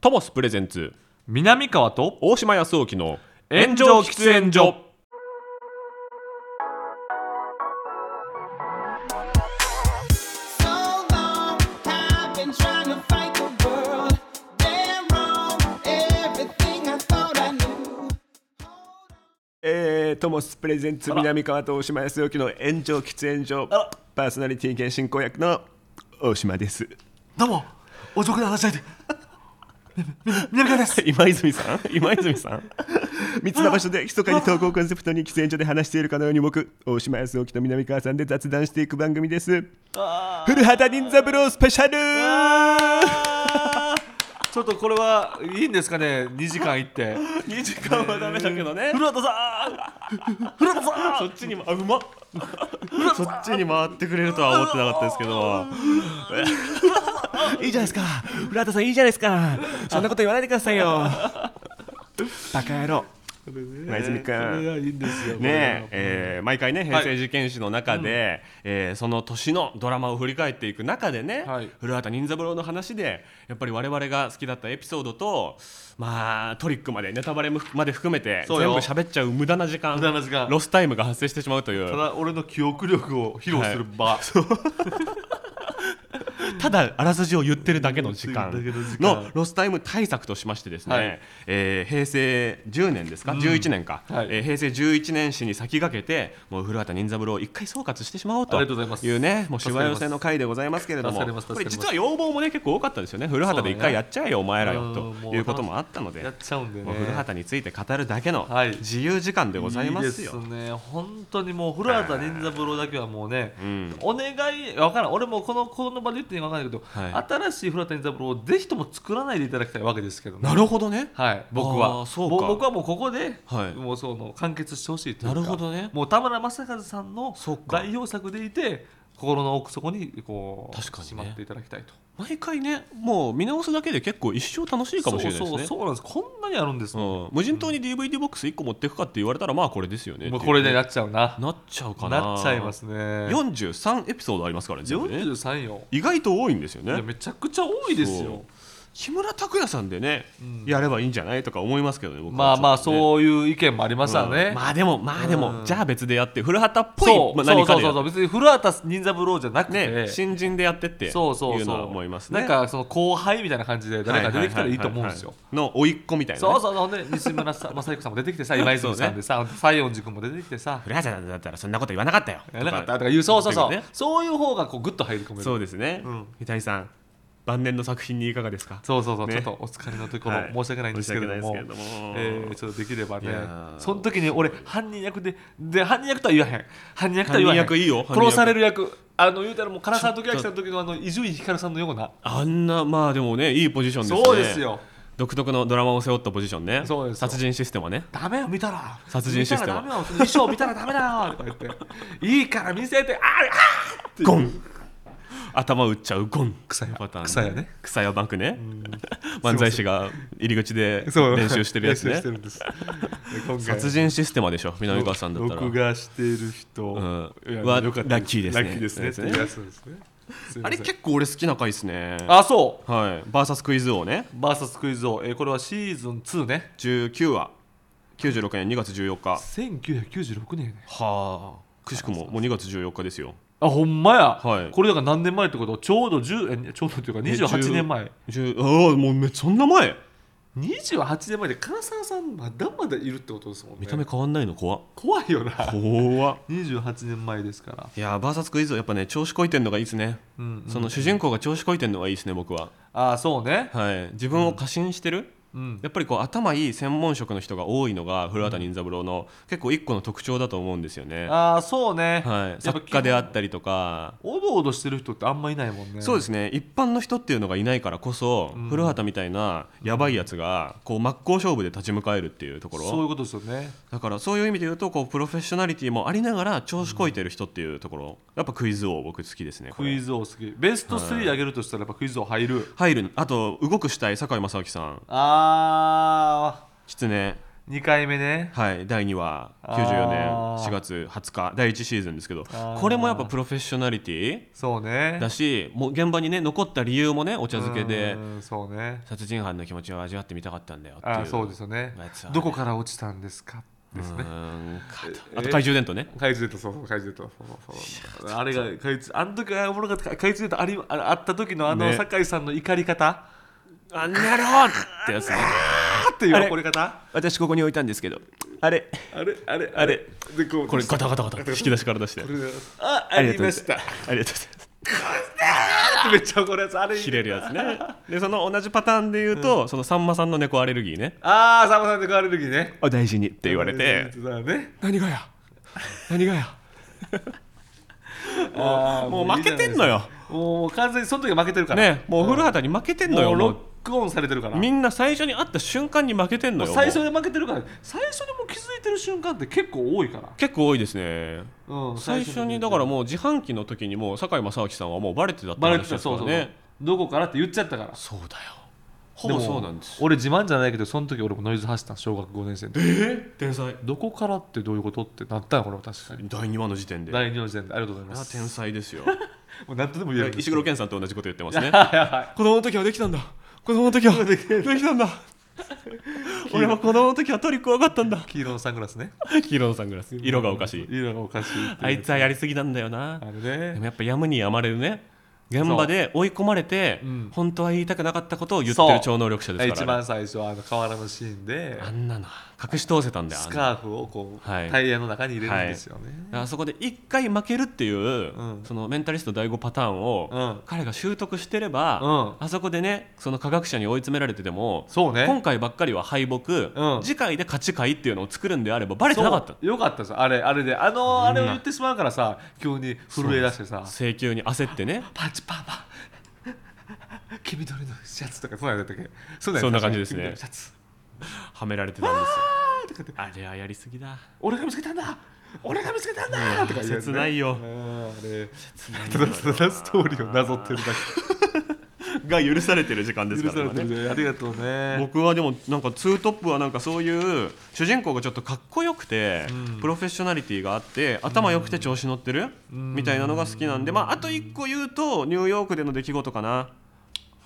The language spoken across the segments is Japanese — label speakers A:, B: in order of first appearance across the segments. A: トモスプレゼンツ
B: 南川と
A: 大島康沖の
B: 炎上喫煙所
C: えー、トモスプレゼンツ南川と大島康之の炎上喫煙所パーソナリティ兼進行役の大島です
D: どうも遅くな話しないで南川です
C: 今泉さん今泉さん密な場所で密かに投稿コンセプトに喫煙所で話しているかのように僕大島康之と南川さんで雑談していく番組です古畑任三郎スペシャル
D: ちょっとこれはいいんですかね2時間行って
C: 2時間はダメだけどね
D: 古畑さん古畑さ
C: そっちにもあう まっ
B: そっちに回ってくれるとは思ってなかったですけど
C: いいじゃないですか古畑さんいいじゃないですかそんなこと言わないでくださ いよバカ野郎
D: ん
C: 今泉君
D: これがいいんですよ
A: ねええー毎回ね平成事件史の中で、えーその年のドラマを振り返っていく中でね、
D: はい
A: 古畑任三郎の話でやっぱり我々が好きだったエピソードと、まあ、トリックまでネタバレも含まで含めて全
D: そう
A: 部
D: よ
A: 喋っちゃう無駄な時間
D: 無駄な時間
A: ロスタイムが発生してしまうという
D: ただ俺の記憶力を披露する場、
A: ただあらすじを言ってるだけの時間
D: 言ってるだけの時間
A: のロスタイム対策としましてですね、
D: はい
A: えー平成10年ですか、11年か、
D: はい
A: えー平成11年史に先駆けてもう古畑任三郎を一回総括してしまおうと
D: ありがとうございます
A: いうねもうし
D: 助
A: わ
D: かり
A: 寄
D: ます
A: せの回でございますけれども
D: 助かります
A: こ
D: 助
A: れ
D: かりま
A: 実
D: す
A: は要望もね結構多かったですよね古畑で一回やっちゃえよお前らよ
D: そうだね
A: ということもあったので
D: やっちゃうんでね
A: もう古畑について語るだけの
D: はい
A: 自由時間でございますよ。
D: いいですね本当にもう古畑任三郎だけはもうね、
A: ん
D: お願いわからん俺もこのこの場で言っていいか分からないけど、
A: は
D: 新しい古畑任三郎をぜひとも作らないでいただきたいわけですけどね
A: なるほどね、
D: はい、僕
A: あー
D: は
A: そうか
D: ぼ僕はもうここで、
A: はい
D: もうその完結してほしいという
A: な
D: か
A: るほどね
D: もう田村正和さんの
A: そうか
D: 代表作でいて心の奥底にこう
A: 確かにね
D: しまっていただきたいと
A: 毎回ねもう見直すだけで結構一生楽しいかもしれないですね。
D: そうそうそうなんですこんなにあるんですもん、
A: うん、無人島に DVD ボックス1個持っていくかって言われたらまあこれですよね
D: もうこれで
A: な
D: なっちゃうな
A: なっちゃうかな
D: なっちゃいますね
A: 43エピソードありますからね全部ね
D: 43よ
A: 意外と多いんですよ
D: いや
A: ね
D: めちゃくちゃ多いです
A: そう
D: よ
A: 木村拓哉さんでね、
D: うん
A: やればいいんじゃないとか思いますけどね僕
D: まあまあ
A: う
D: そういう意見もありましたね、
A: まあでもまあでも、
D: うん
A: じゃあ別でやって古畑っぽ
D: そう
A: い、まあ、何か
D: そう
A: で
D: そうそう別に古畑任三郎じゃなくて、
A: ね、新人でやってっていうの
D: そうそうそう
A: は思いますね
D: なんかその後輩みたいな感じで誰か出てきたらいいと思うんですよ
A: はいはいはいはいの甥っ子みたいな、ね、
D: そうそうそうほんで西村さん 正彦さんも出てきてさ今泉さんでさ西園寺君も出てきてさ
A: 古畑さんだったらそんなこと言わなかったよ
D: やらなかったとか言うそうそうそう
A: ね
D: そういう方がこうグッと入り込める
A: そ
D: そう
A: うですね、
D: ん
A: 三谷さん晩年の作品にいかがですか
D: そうそう
A: ね
D: ちょっとお疲れのところ、
A: はい
D: 申し訳ないんですけれども
A: 申し訳ないですけれども
D: えーちょっとできればね
A: いやー
D: その時に俺犯人役でで犯人役とは言わへん犯人役とは言わへん
A: 犯人役いいよ犯人役
D: 殺される役あの言うたらもう唐沢時明さんの時のあの伊集院光さんのような
A: あんなまあでもねいいポジションですね
D: そうですよ
A: 独特のドラマを背負ったポジションね
D: そうですよ
A: 殺人システムはね
D: ダメよ見たら
A: 殺人システム
D: 見たらダメよその衣装見たらダメだよとか言っていいから見せてああー
A: ゴン頭打っちゃうゴン
D: 草屋
A: パターン
D: 草屋ね
A: 草屋バンクね 漫才師が入り口で
D: そう
A: 練習してるやつ
D: 練
A: ね
D: 習してるんですで今回
A: 殺人システムでしょ南川さんだったら
D: 録画してる人
A: うん
D: いや
A: は
D: よかった
A: ラッキーですね
D: ラッキーですねっていうやつですねすいません
A: あれ結構俺好きな回ですね
D: あそう
A: はいバーサスクイズ王ね
D: バーサスクイズ王、えーこれはシーズン2ね
A: 19話96年2月14日は
D: 1996年やね
A: あくしくももう2月14日ですよ
D: あほんまや、
A: はい
D: これだから何年前ってことちょうど10えちょうどっていうか28年前
A: 10ああもうめそんな前
D: 28年前で唐沢さんまだまだいるってことですもんね
A: 見た目変わんないの怖っ
D: 怖いよな
A: 怖っ
D: 28年前ですから、
A: いやーバーサスクイズはやっぱね調子こいてんのがいいですね、
D: うんうん
A: その主人公が調子こいてんのがいいですね僕は、
D: ああそうね、
A: はい、自分を過信してる、
D: うん、
A: やっぱりこう頭いい専門職の人が多いのが古畑任三郎の結構一個の特徴だと思うんですよね、
D: ああそうね、
A: はい、
D: やっぱ
A: 作家であったりとか
D: おどおどしてる人ってあんまいないもんね
A: そうですすね一般の人っていうのがいないからこそ、
D: うん
A: 古畑みたいなやばいやつがこう真っ向勝負で立ち向かえるっていうところ
D: そういうことですよね
A: だからそういう意味で言うとこうプロフェッショナリティもありながら調子こいてる人っていうところ、やっぱクイズ王僕好きですねこ
D: ク
A: れ
D: イズ王好きベスト3あげるとしたらやっぱクイズ王入る
A: 入るあと動く主体堺正明さん
D: ああ
A: 狐
D: 2回目ね
A: はい、第2話
D: あー
A: 94年4月20日第1シーズンですけど
D: あー
A: これもやっぱプロフェッショナリティ
D: そうね
A: だしもう現場にね残った理由もねお茶漬けで
D: うんそうね
A: 殺人犯の気持ちを味わってみたかったんだよっていう
D: あそうですよね
A: やつはね
D: どこから落ちたんですかですね
A: うーんかと
D: え
A: あと懐中電灯ね
D: 怪獣デートそうそう怪獣デートそうそうそうあれが怪獣あの時あおもろかった怪獣デートありああった時のあの
A: ね
D: 酒井さんの怒り方
A: あなるほどってやつね
D: あってい
C: あれ
D: う怒り方
C: 私ここに置いたんですけどあれ
D: あれあれあれでこう
A: これガタガタガタ って引き出しから出して
D: これあありました
C: ありがとうございます
D: めっちゃ怒るやつあれ
A: 切れるやつねでその同じパターンで言うと、そのさんまさんの猫アレルギーね
D: ああさんまさんで食われる時ね
C: お大事にって言われて
D: そうだね
C: 何がや何がや
D: あー
A: もう負けてんのよ
D: もう完全にその時は負けてるから
A: ねもう古畑に負けてんの
D: も
A: よ
D: うロ
A: も
D: ックオンされてるから
A: うみんな最初に会った瞬間に負けてんのよ
D: 最
A: も
D: 初
A: う
D: で負けてるから最初でも気づいてる瞬間って結構多いから、
A: 結構多いですね
D: うん、
A: 最初にだからもう自販機の時にもう堺正明さんはもうバレてたって
D: バレ
A: 話
D: て
A: で
D: た
A: すか
D: そう
A: ら
D: そう
A: ね
D: どこからって言っちゃったから
A: そうだよほぼそうなんですよ
D: 俺自慢じゃないけどその時俺もノイズ走ったの小学5年生の時
A: 天才
D: どこからってどういうことってなったのこれは確かに
A: 第2話の時点で
D: 第2の時点でありがとうござい
A: あ
D: ま
A: ー
D: す
A: 天才です よ
D: もう何とでも言える
A: 石黒健さんと同じこと言って ますね
C: 子供の時はできたんだ子供の時はできたん だ俺は子供の時はトリック分かったんだ
D: 黄色のサングラスね
A: 黄色のサングラス色がおかしい
D: 色がおかしいって
A: あ
D: いう
A: いつはやりすぎなんだよな
D: あれ
A: で
D: ね
A: もやっぱやむにやまれるね現場で追い込まれて、
D: うん
A: 本当は言いたくなかったことを言ってる超能力者です
D: 一
A: からあれ
D: 番最初あの河原のシーンで
A: あんなの隠し通せたんだよ
D: ス
A: あんな
D: カーフをこう、
A: はい
D: タイヤの中に入れるんですよね、
A: あそこで一回負けるっていう、
D: うん
A: そのメンタリスト第5パターンを、
D: うん
A: 彼が習得してれば、
D: う
A: あそこでねその科学者に追い詰められてても
D: そうね
A: 今回ばっかりは敗北、
D: うん
A: 次回で勝ち会っていうのを作るんであればバレてなかった
D: そうよかったですあれあれであのあれを言ってしまうからさ急に震え出してさ
A: 請求に焦ってね
D: パチパンパン黄緑のシャツとかそうなんだったっけそうだよ
A: そんな感じですね
D: 黄緑のシャツ
A: はめられてたんですよあれはやりすぎ だ
D: 俺が見つけたんだ俺が見つけたんだとか言うやつ
A: 切ないよ
D: うんあれただただストーリーをなぞってるだ
A: が許されてる時間で
D: け
A: す
D: 許
A: から
D: され
A: 今
D: て
A: ね
D: るねありがとうね
A: 僕はでもなんかツートップはなんかそういう主人公がちょっとかっこよくて、プロフェッショナリティがあって頭良くて調子乗ってる、みたいなのが好きなんで、まあ、あと1個言うとニューヨークでの出来事かな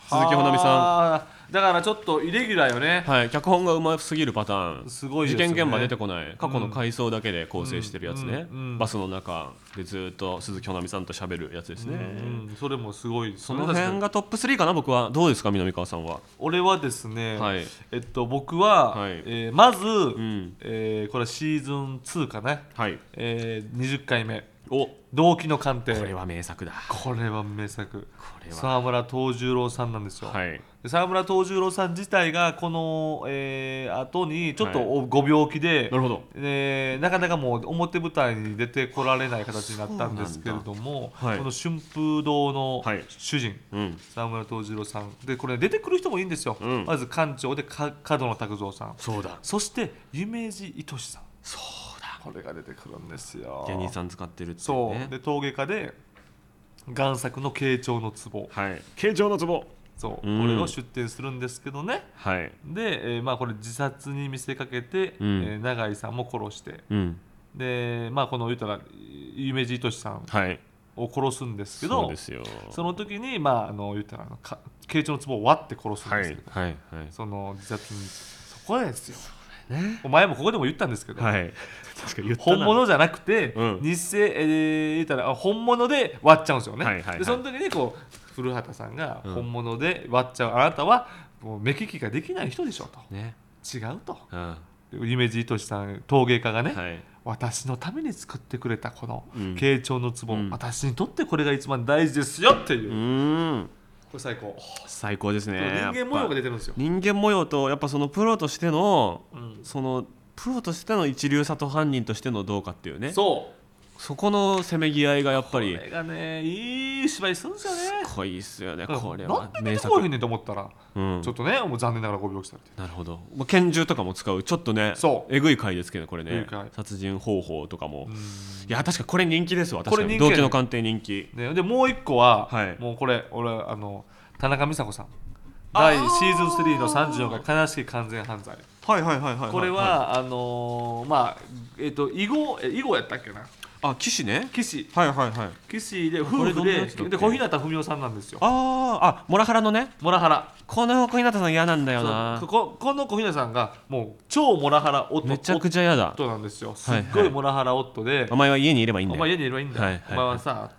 A: 鈴木ほなみさ
D: さんだからちょっとイレギュラーよね
A: ん、はい、脚本がうますぎるパターン
D: すごいですよね
A: 事件現場出てこない過去の回想だけで構成してるやつね、
D: うんうんうん
A: バスの中でずっと鈴木ほなみさんと喋るやつですね、
D: うんそれもすごいです
A: そ
D: ね
A: の辺がトップ3かな僕はどうですか南川さんは
D: 俺はですね、
A: はい
D: えっと、僕は、
A: はい
D: えーまず、
A: ん
D: えーこれはシーズン2かな、
A: はい
D: えー、20回目
A: お
D: 動機の鑑定
A: これは名作だ
D: これは名作
A: れは
D: 沢村藤十郎さんなんですよ、
A: はい
D: で沢村藤十郎さん自体がこの、えー後にちょっと
A: はい
D: おご病気で、
A: なるほど
D: えーなかなかもう表舞台に出てこられない形になったんですけれ
A: そう
D: ども、
A: なんだはい
D: この春風堂の
A: はい
D: 主人、
A: うん
D: 沢村藤十郎さんでこれ出てくる人もいいんですよ、
A: うん
D: まず館長でか角野卓造さん
A: そうだ
D: そして夢二いさんそうだこれが出てくるんですよ
A: ジャニーさん使ってるっていう
D: そう
A: ね
D: で陶芸家で贋作の慶長の壺
A: はい
C: 形状のツボ
D: そう、
A: うん
D: これを出展するんですけどね
A: はい
D: で、えーまあ、これ自殺に見せかけて、
A: うん
D: えー永井さんも殺して
A: うん
D: でまあこの言うたら夢二いさん
A: はい
D: を殺すんですけ
A: そう
D: ど
A: ですよ
D: その時にまああの言ったらあのか慶長の壺を割って殺すん
A: は
D: ですけ
A: い
D: ど、
A: はいはい
D: その自殺にそこなんですよ、お前もここでも言ったんですけど、
A: はい確か言った
D: 本
A: な
D: 物じゃなくて、
A: うん
D: 偽えー言ったらあ本物で割っちゃうんですよね、
A: はいはいはい
D: でその時にこう古畑さんが
A: うん
D: 本物で割っちゃう、あなたはもう目利きができない人でしょと
A: ね
D: 違うと
A: うんは
D: 夢二としさん陶芸家がね、
A: い
D: 私のために作ってくれたこの
A: うん
D: 慶長の壺、
A: うん
D: 私にとってこれが一番大事ですよっていう、
A: う
D: こ
A: ーん
D: れ最高、
A: 最高ですね
D: 人間模
A: やっ
D: 様が出
A: ぱ
D: てるんですよ、
A: 人間模様とやっぱそのプロとしての
D: うん
A: そのプロとしての一流さと犯人としてのどうかっていうね
D: そう
A: そこのせめぎ合いがやっぱり
D: これがねいい芝居するんですよね
A: 濃いっすよね
D: だから
A: これは
D: なんで
A: 名
D: 出てこいへ
A: 作
D: んねんと思ったら、
A: うん
D: ちょっとねもう残念ながらご病気されて
A: なるほど、まあ、拳銃とかも使うちょっとね
D: そう
A: えぐい回ですけどこれ
D: えぐ
A: ね
D: い回
A: 殺人方法とかもいや確かこれ人気ですわ確かに
D: これ人気や
A: 動
D: ね
A: 機の鑑定人気
D: ね、でもう一個は、
A: はい
D: もうこれ俺あの田中美佐子さん第シーズン3の34回悲しき完全犯罪
A: はいはいはいはいい
D: これはあのーまあえっと囲碁え囲碁やったっけな
A: あ騎士ね
D: 棋士
A: はいはいはい
D: 棋士で
A: こ
D: 夫
A: れど
D: 婦
A: んなや
D: で
A: つだっけ
D: で小日向文世さんなんですよ
A: あーあモラハラのね
D: モラハラ
A: この小日向さん嫌なんだよな
D: そうここの小日向さんがもう超モラハラ夫
A: めちゃくちゃ嫌だ
D: 夫なんですよす
A: はい
D: っごいモラハラ夫で、
A: お前は家にいればいいん
D: お
A: だ
D: 前
A: よ
D: 家にいればいいんだよ、
A: はいはい
D: お前はさ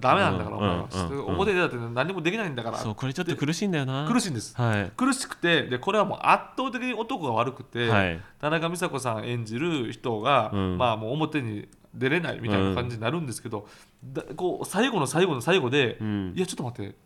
D: ダメなんだから、
A: うん
D: お前は、
A: うんうん
D: 表でだって何もできないんだから
A: そうこれちょっと苦しいんだよな
D: 苦
A: し
D: しいんです
A: はい
D: 苦しくてでこれはもう圧倒的に男が悪くて、
A: はい
D: 田中美佐子さん演じる人が、
A: うん
D: まあもう表に出れないみたいな感じになるんですけど、だこう最後の最後の最後で、
A: うん
D: いやちょっと待って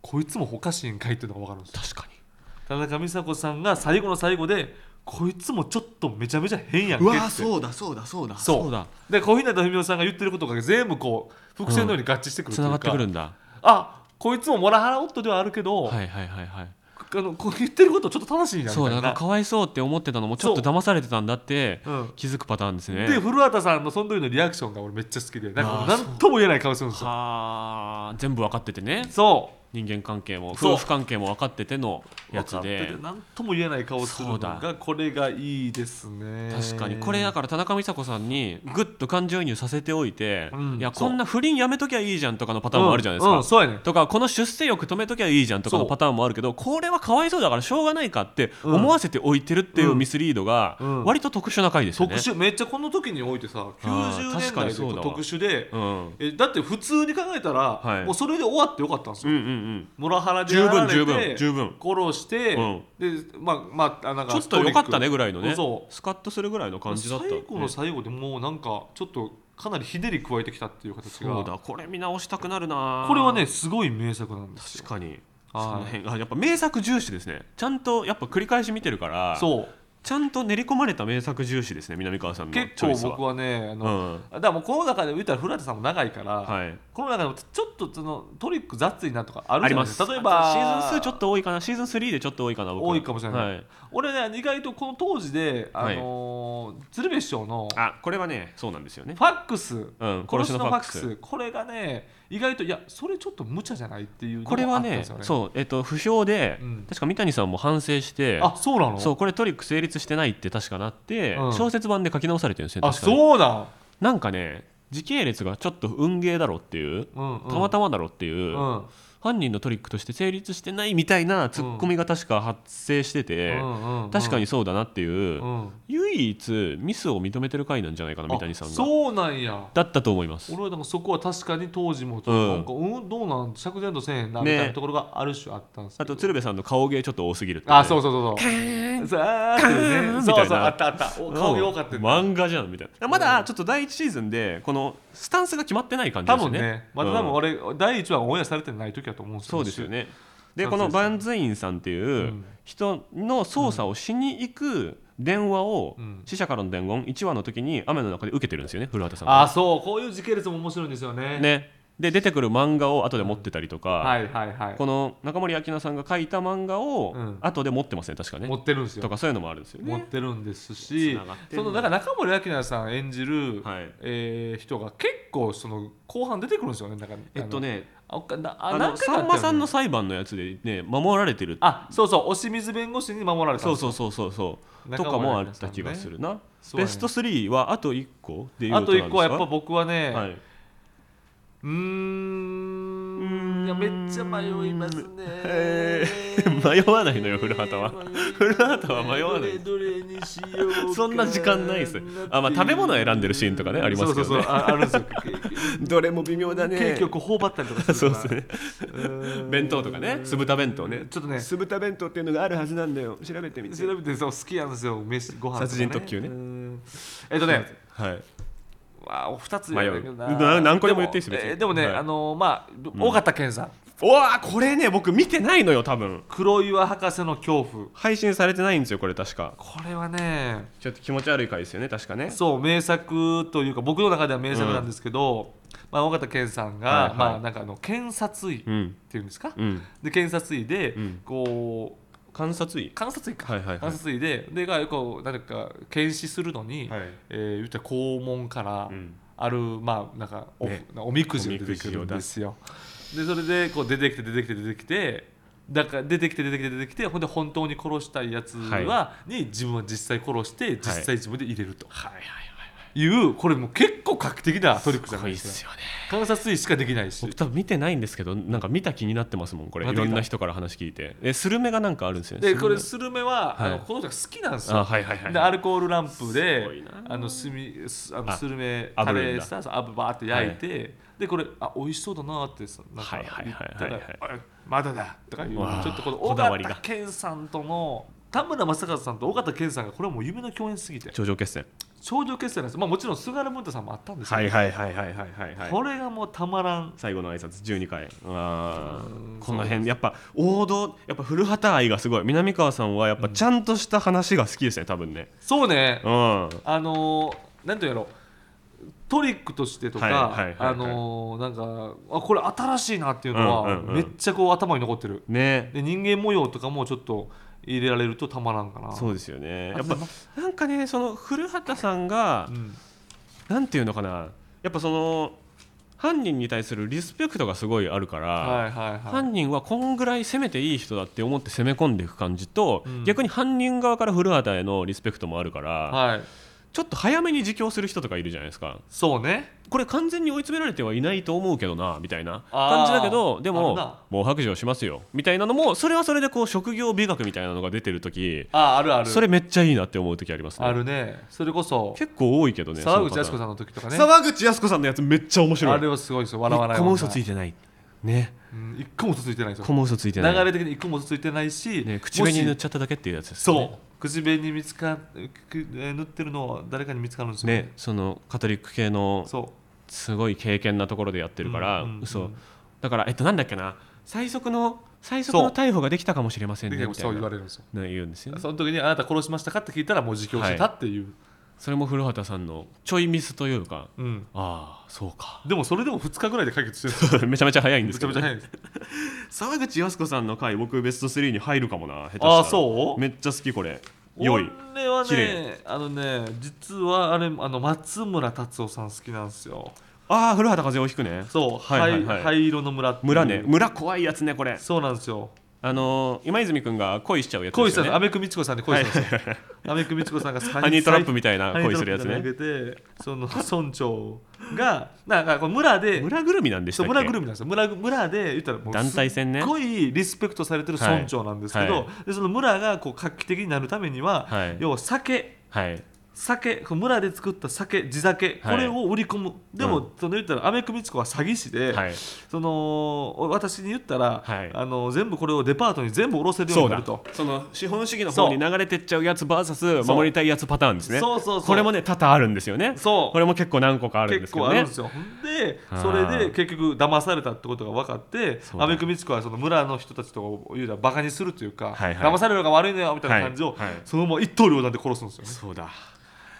D: こいつもおかしいんかいっていうのが分かるんですよ
A: 確かに
D: 田中美佐子さんが最後の最後でこいつもちょっとめちゃめちゃ変やんけ
A: う
D: って
A: わそうだそうだそうだ
D: そう
A: だ
D: で小日向文世さんが言ってることが全部こう伏線のように合致してくると
A: つ
D: い
A: な
D: う
A: が
D: か
A: ってくるんだ
D: あこいつもモラハラ夫ではあるけど、
A: はいはいはいはい
D: あのこう言ってることちょっと正しいんやみ
A: そうだ
D: たい
A: から
D: な
A: かわいそうって思ってたのもちょっと騙されてたんだって
D: うん
A: 気づくパターンですね
D: で古畑さんのその時のリアクションが俺めっちゃ好きでなんか
A: あー
D: 何とも言えない顔するんですよ
A: はあ全部分かっててね
D: そ
A: 人間関係も
D: そう
A: 夫婦関係も分かってての
D: う
A: やつ
D: 分か
A: で
D: ってて何とも言えない顔するの
A: そう
D: がこれがいいですね
A: 確かにこれだから田中美佐子さんにグッと感情移入させておいて、
D: うん
A: いや
D: そう
A: こんな不倫やめときゃいいじゃんとかのパターンもあるじゃないです
D: うん
A: か、
D: うんそうやねん
A: とかこの出世欲止めときゃいいじゃんとかの
D: そう
A: パターンもあるけどこれはかわいそうだからしょうがないかって
D: うん
A: 思わせておいてるっていうミスリードが
D: うん
A: 割と特殊な回ですよね。
D: 特殊めっちゃこの時においてさ90年
A: 確か
D: 代
A: に
D: で
A: そうだわ
D: 特殊で
A: うん
D: えだって普通に考えたら、
A: はい
D: もうそれで終わってよかったんです
A: うん
D: よ、
A: うんうん
D: モラハラでや
A: 十
D: られ
A: 分
D: て
A: 十分十分
D: 殺して、
A: うん
D: でまあまああなんか
A: ちょっと良かったねぐらいのね
D: そ
A: スカッとするぐらいの感じだった
D: 最後の最後でもうなんかちょっとかなりひねり加えてきたっていう形
A: そう
D: が
A: だこれ見直したくなるな
D: これはねすごい名作なんですよ
A: 確かに
D: はい
A: その辺がやっぱ名作重視ですねちゃんとやっぱ繰り返し見てるから
D: そう
A: ちゃんと練り込まれた名作重視ですね南川さんのチョ
D: 結構
A: イスは
D: 僕はねあ
A: う
D: の、
A: ん
D: だからもうこの中で言ったら古畑さんも長いから、
A: はい
D: この中でもちょっとそのトリック雑いなとかある
A: あ
D: じ
A: りま
D: ゃないです
A: す
D: か例えば
A: シーズン2ちょっと多いかなシーズン3でちょっと多いかな僕
D: 多いかもしれない
A: はい
D: 俺ね意外とこの当時で、あ
A: はい
D: のー鶴瓶師匠の
A: あこれはねそうなんですよね
D: ファックス
A: うん
D: 殺
A: 殺
D: し
A: し
D: の
A: の
D: フ
A: ファッ
D: ァック
A: ク
D: ス
A: ス
D: これがね意外といやそれちょっと無茶じゃないっていうの
A: これは
D: あったんで
A: ね
D: すよ
A: そうえっと不評で
D: うん
A: 確か三谷さんも反省して
D: あそうなの
A: そうこれトリック成立してないって確かなって
D: うん
A: 小説版で書き直されてるんですよ
D: あ
A: 確かに
D: そうなん、
A: なんかね時系列がちょっと運ゲーだろっていう
D: うんうん、
A: たまたまだろって
D: う
A: い
D: ん、
A: う
D: うん
A: 犯人のトリックとして成立してないみたいなツッコミが確か発生してて
D: うんうん、
A: 確かにそうだなっていう
D: うん
A: 唯一ミスを認めてる回なんじゃないかな三谷さん
D: あ
A: が
D: そうなんや
A: だったと思います
D: 俺はなんかそこは確かに当時もちょ
A: うん
D: っとなんか、うん、どうなん釈然とせえへんなみ
A: ね
D: たいなところがある種あったんですけ
A: あ
D: ど、
A: と鶴瓶さんの顔芸ちょっと多すぎるってね
D: あそうそうそうそうさあっていうね
A: みたいな
D: そうそうあったあったお顔よかったよね
A: 漫画じゃんみたいなまだちょっと第一シーズンでこのスタンスが決まってない感じ
D: 多
A: ですよ
D: 分
A: ね
D: ねまだ多分俺、第1話オンエアされてない時だと思うんですよ
A: そうですよねで
D: そう
A: こ
D: そうそう
A: のバンズインさんって
D: う
A: いうん人の捜査をしに行く電話を
D: うん
A: 死者からの伝言1話の時に雨の中で受けてるんですよね古畑さん
D: あ
A: が
D: そうこういう時系列も面白いんですよね
A: ねで出てくる漫画を後で持ってたりと
D: は
A: か
D: いはいはい
A: この中森明菜さんが書いた漫画を
D: うん
A: 後で持ってますね確かね
D: 持ってるんですよ
A: とかそういうのもあるんですよ
D: 持っ
A: ね
D: てるんですし、
A: 繋がってん
D: そ
A: な
D: のだから中森明菜さん演じる、
A: はい
D: えー人が結構その後半出てくるんですよね。なんか
A: えっと、ね
D: あのあおっかなあ
A: あ
D: 何
A: の
D: 回
A: さ
D: かあったよ
A: ん
D: ね
A: まさんの裁判のやつでね守られてる
D: あそうそう、押水弁護士に守られた
A: そ
D: んで
A: う
D: すよ
A: そうそうそうそうと
D: 中
A: か
D: 森明菜さんね
A: もあった気がするな、
D: そうや
A: ベ
D: ね
A: スト3はあと1個でいう
D: あと
A: なんですか
D: 一個はやっぱ僕はね、
A: はいう
D: ーん、いやめっちゃ迷いますね。
A: えー 迷わないのよ古畑は
D: 古
A: 畑は迷わない
D: どれどれにしようか
A: そんな時間ないですあまあ食べ物選んでるシーンとかねありますけどね
D: そうそうそうああるん ですよ。
C: どれも微妙だね
D: 結局頬張ったりとかす
A: そ
D: る
A: う
D: か
A: で
D: ら
A: すね
D: うん
A: 弁当とかね酢豚弁当ね
D: ちょっとね
C: 酢豚弁当っていうのがあるはずなんだよ調べてみて
D: 調べてそう好きなんですよ飯ご飯とか、ね、
A: 殺人特急ね
D: うんえっとね
A: はい
D: わあお二つ言わなきゃな
A: 迷うな何個でも言っていいっす
D: でも,、
A: 別に
D: えーでもね、
A: はい
D: あのーまあど尾形健さん、
A: おわこれね僕見てないのよ多分
D: 黒岩博士の恐怖
A: 配信されてないんですよこれ確か
D: これはね
A: ちょっと気持ち悪い回ですよね確かね
D: そう名作というか僕の中では名作なんですけど、まあ、尾形健さんが、
A: はいはい
D: まあなんかあの検察医っ
A: うん
D: ていうんですか、
A: うん
D: で検察医で、
A: うん
D: こう
A: 観察医
D: 監察医か、
A: はいはいはい
D: 監察医ででがこう何か検視するのに、
A: はい
D: えー言ったら肛門から、
A: うん
D: あるまあなんかお,、
A: ね
D: おみくじが出てくるんですよでそれでこう出てきて出てきて出てきてだから出てきて出てきて出てきてほんで本当に殺したいやつは、
A: は
D: に自分は実際殺して実際自分で入れると、い、うこれもう結構画期的なトリックじゃないですか
A: よね
D: 観察医しかできないし
A: 僕多分見てないんですけどなんか見た気になってますもんこれ
D: ま
A: い
D: た見た
A: ろんな人から話聞いてえスルメがなんかあるんですよね
D: で
A: ス
D: こ
A: ルメ
D: れスルメは、あの
A: はい
D: この人が好きなんですよ、
A: あはいはいはい
D: でアルコールランプです
A: ごいな
D: あの炭すあの
A: あ
D: スルメ
A: 炙
D: タ
A: るん
D: レ
A: だ
D: したあぶバーって焼いて、でこれあ美味しそうだなってさなんか
A: はいはいはいはい
D: 言ったらあまだだとかいうちょ
A: わあ
D: っとこの
A: こ
D: 尾
A: だわりが
D: 形健さんとの田村正和さんと尾形健さんがこれはもう夢の共演すぎて
A: 頂上決戦
D: 頂上決戦なんですまあもちろん菅原文太さんもあったんですけど、
A: はいはいはいはいはいは
D: これがもうたまらん
A: 最後の挨拶12回あーこの辺やっぱ王道やっぱ古畑愛がすごい南川さんはやっぱちゃんとした話が好きですね多分ね
D: そうね、
A: うん
D: あのー、なんていうのトリックとしてとか、
A: はいはいはいはい
D: あのー、なんかあこれ新しいなっていうの
A: うん
D: は
A: うんうん
D: めっちゃこう頭に残ってる、
A: ね
D: で人間模様とかもちょっと入れられるとたまらんかな
A: そうですよね
D: あ
A: やっぱ
D: でも
A: なんかねその古畑さんが
D: うん
A: なんていうのかなやっぱその犯人に対するリスペクトがすごいあるから、
D: はいはいはい
A: 犯人はこんぐらい攻めていい人だって思って攻め込んでいく感じと、
D: うん
A: 逆に犯人側から古畑へのリスペクトもあるから、
D: はい
A: ちょっと早めに自供する人とかいるじゃないですか
D: そうね
A: これ完全に追い詰められてはいないと思うけどなみたいな
D: あー
A: 感じだけどで
D: ある
A: も
D: な
A: もう白状しますよみたいなのもそれはそれでこう職業美学みたいなのが出てる時
D: ああるある
A: それめっちゃいいなって思う時ありますね
D: あるねそれこそ
A: 結構多いけどね
D: 沢口靖子
A: ん
D: さんの時とかね
A: 沢口靖子さんのやつめっちゃ面白い
D: あれはすごいですよ笑わない
A: 一個も嘘つい
D: て、
A: てないね
D: うん、一個も嘘ついてないんで
A: 一
D: す
A: 個
D: よ
A: も嘘ついてない
D: 流れ的に一個も嘘ついてないし、
A: ね、口紅塗っ
D: もし
A: ちゃっただけっていうやつですよね
D: そう口紅に見つかくえー塗ってるのは誰かに見つかるんですよ
A: ね、そのカトリック系の
D: そ
A: すごい経験なところでやってるから、
D: うんうんうん
A: 嘘だからえっとなんだっけな最速の最速の逮捕ができたかもしれませ
D: うん
A: ね
D: で
A: みた
D: そう
A: い
D: 言わ
A: な
D: れるんですよ
A: の言うんですよね
D: その時にあなた殺しましたかって聞いたらもう自供してたっていう、
A: それも古畑さんのちょいミスというか
D: うん、
A: ああそうか
D: でもそれでも2日ぐらいで解決してる
A: めちゃめちゃ早いんで
D: め
A: す
D: ちゃ
A: けど
D: めちゃ早いです
A: 沢口靖子さんの回僕ベスト3に入るかもな下手したら
D: ああそう
A: めっちゃ好きこれ良い
D: 俺は
A: 綺
D: ね
A: 麗
D: あのね実はあれあの松村達夫さん好きなんですよ
A: ああ古畑風邪をひくね
D: そう、
A: はいはいはい
D: 灰灰色の村っていう
A: 村ね村怖いやつねこれ
D: そうなんですよ
A: あのー今泉君が恋しちゃうやつ
D: 恋
A: で
D: し
A: す
D: た
A: よ
D: んです
A: ね
D: 安部久美子さんで恋したんですよ安部久美子さんがハ
A: ハニートラップみたいな恋するやつ
D: ハ
A: ね
D: ニートラップ投げてその村長がなんかこう村で
A: 村ぐるみなんでしたっ
D: そ
A: け
D: う村ぐるみなんですよ村ぐ村で言ったらもう
A: 団体戦ね
D: すっごいリスペクトされてる村長なんですけど、
A: はいは
D: でその村がこう画期的になるためには、
A: はい
D: 要は酒
A: はい
D: 酒こう村で作った酒地酒こ
A: はい
D: れを売り込む、で
A: うん
D: もその言ったら阿部久美子は詐欺師で、
A: はい
D: そのお私に言ったら、
A: はい
D: あの全部これをデパートに全部卸せる
A: そ
D: ように
A: う
D: な
A: だ
D: ると。
A: その資本主義の方に流れてっちゃうやつ VS
D: そう
A: 守りたいやつパターンですね
D: そうそうそう
A: これもね多々あるんですよね
D: そう
A: これも結構何個かあるんで
D: 結
A: すけど
D: 構ある
A: ね
D: んですよ。で
A: あ、ー
D: それで結局騙されたってことが分かって、
A: そうだ
D: 阿部久美子はその村の人たちとか言うたらバカにするというか、
A: はいはい
D: 騙されるのが悪いのよみたいな感じを、
A: はいはい
D: そのまま一刀両断で殺すんですよね。
A: そうだ
D: で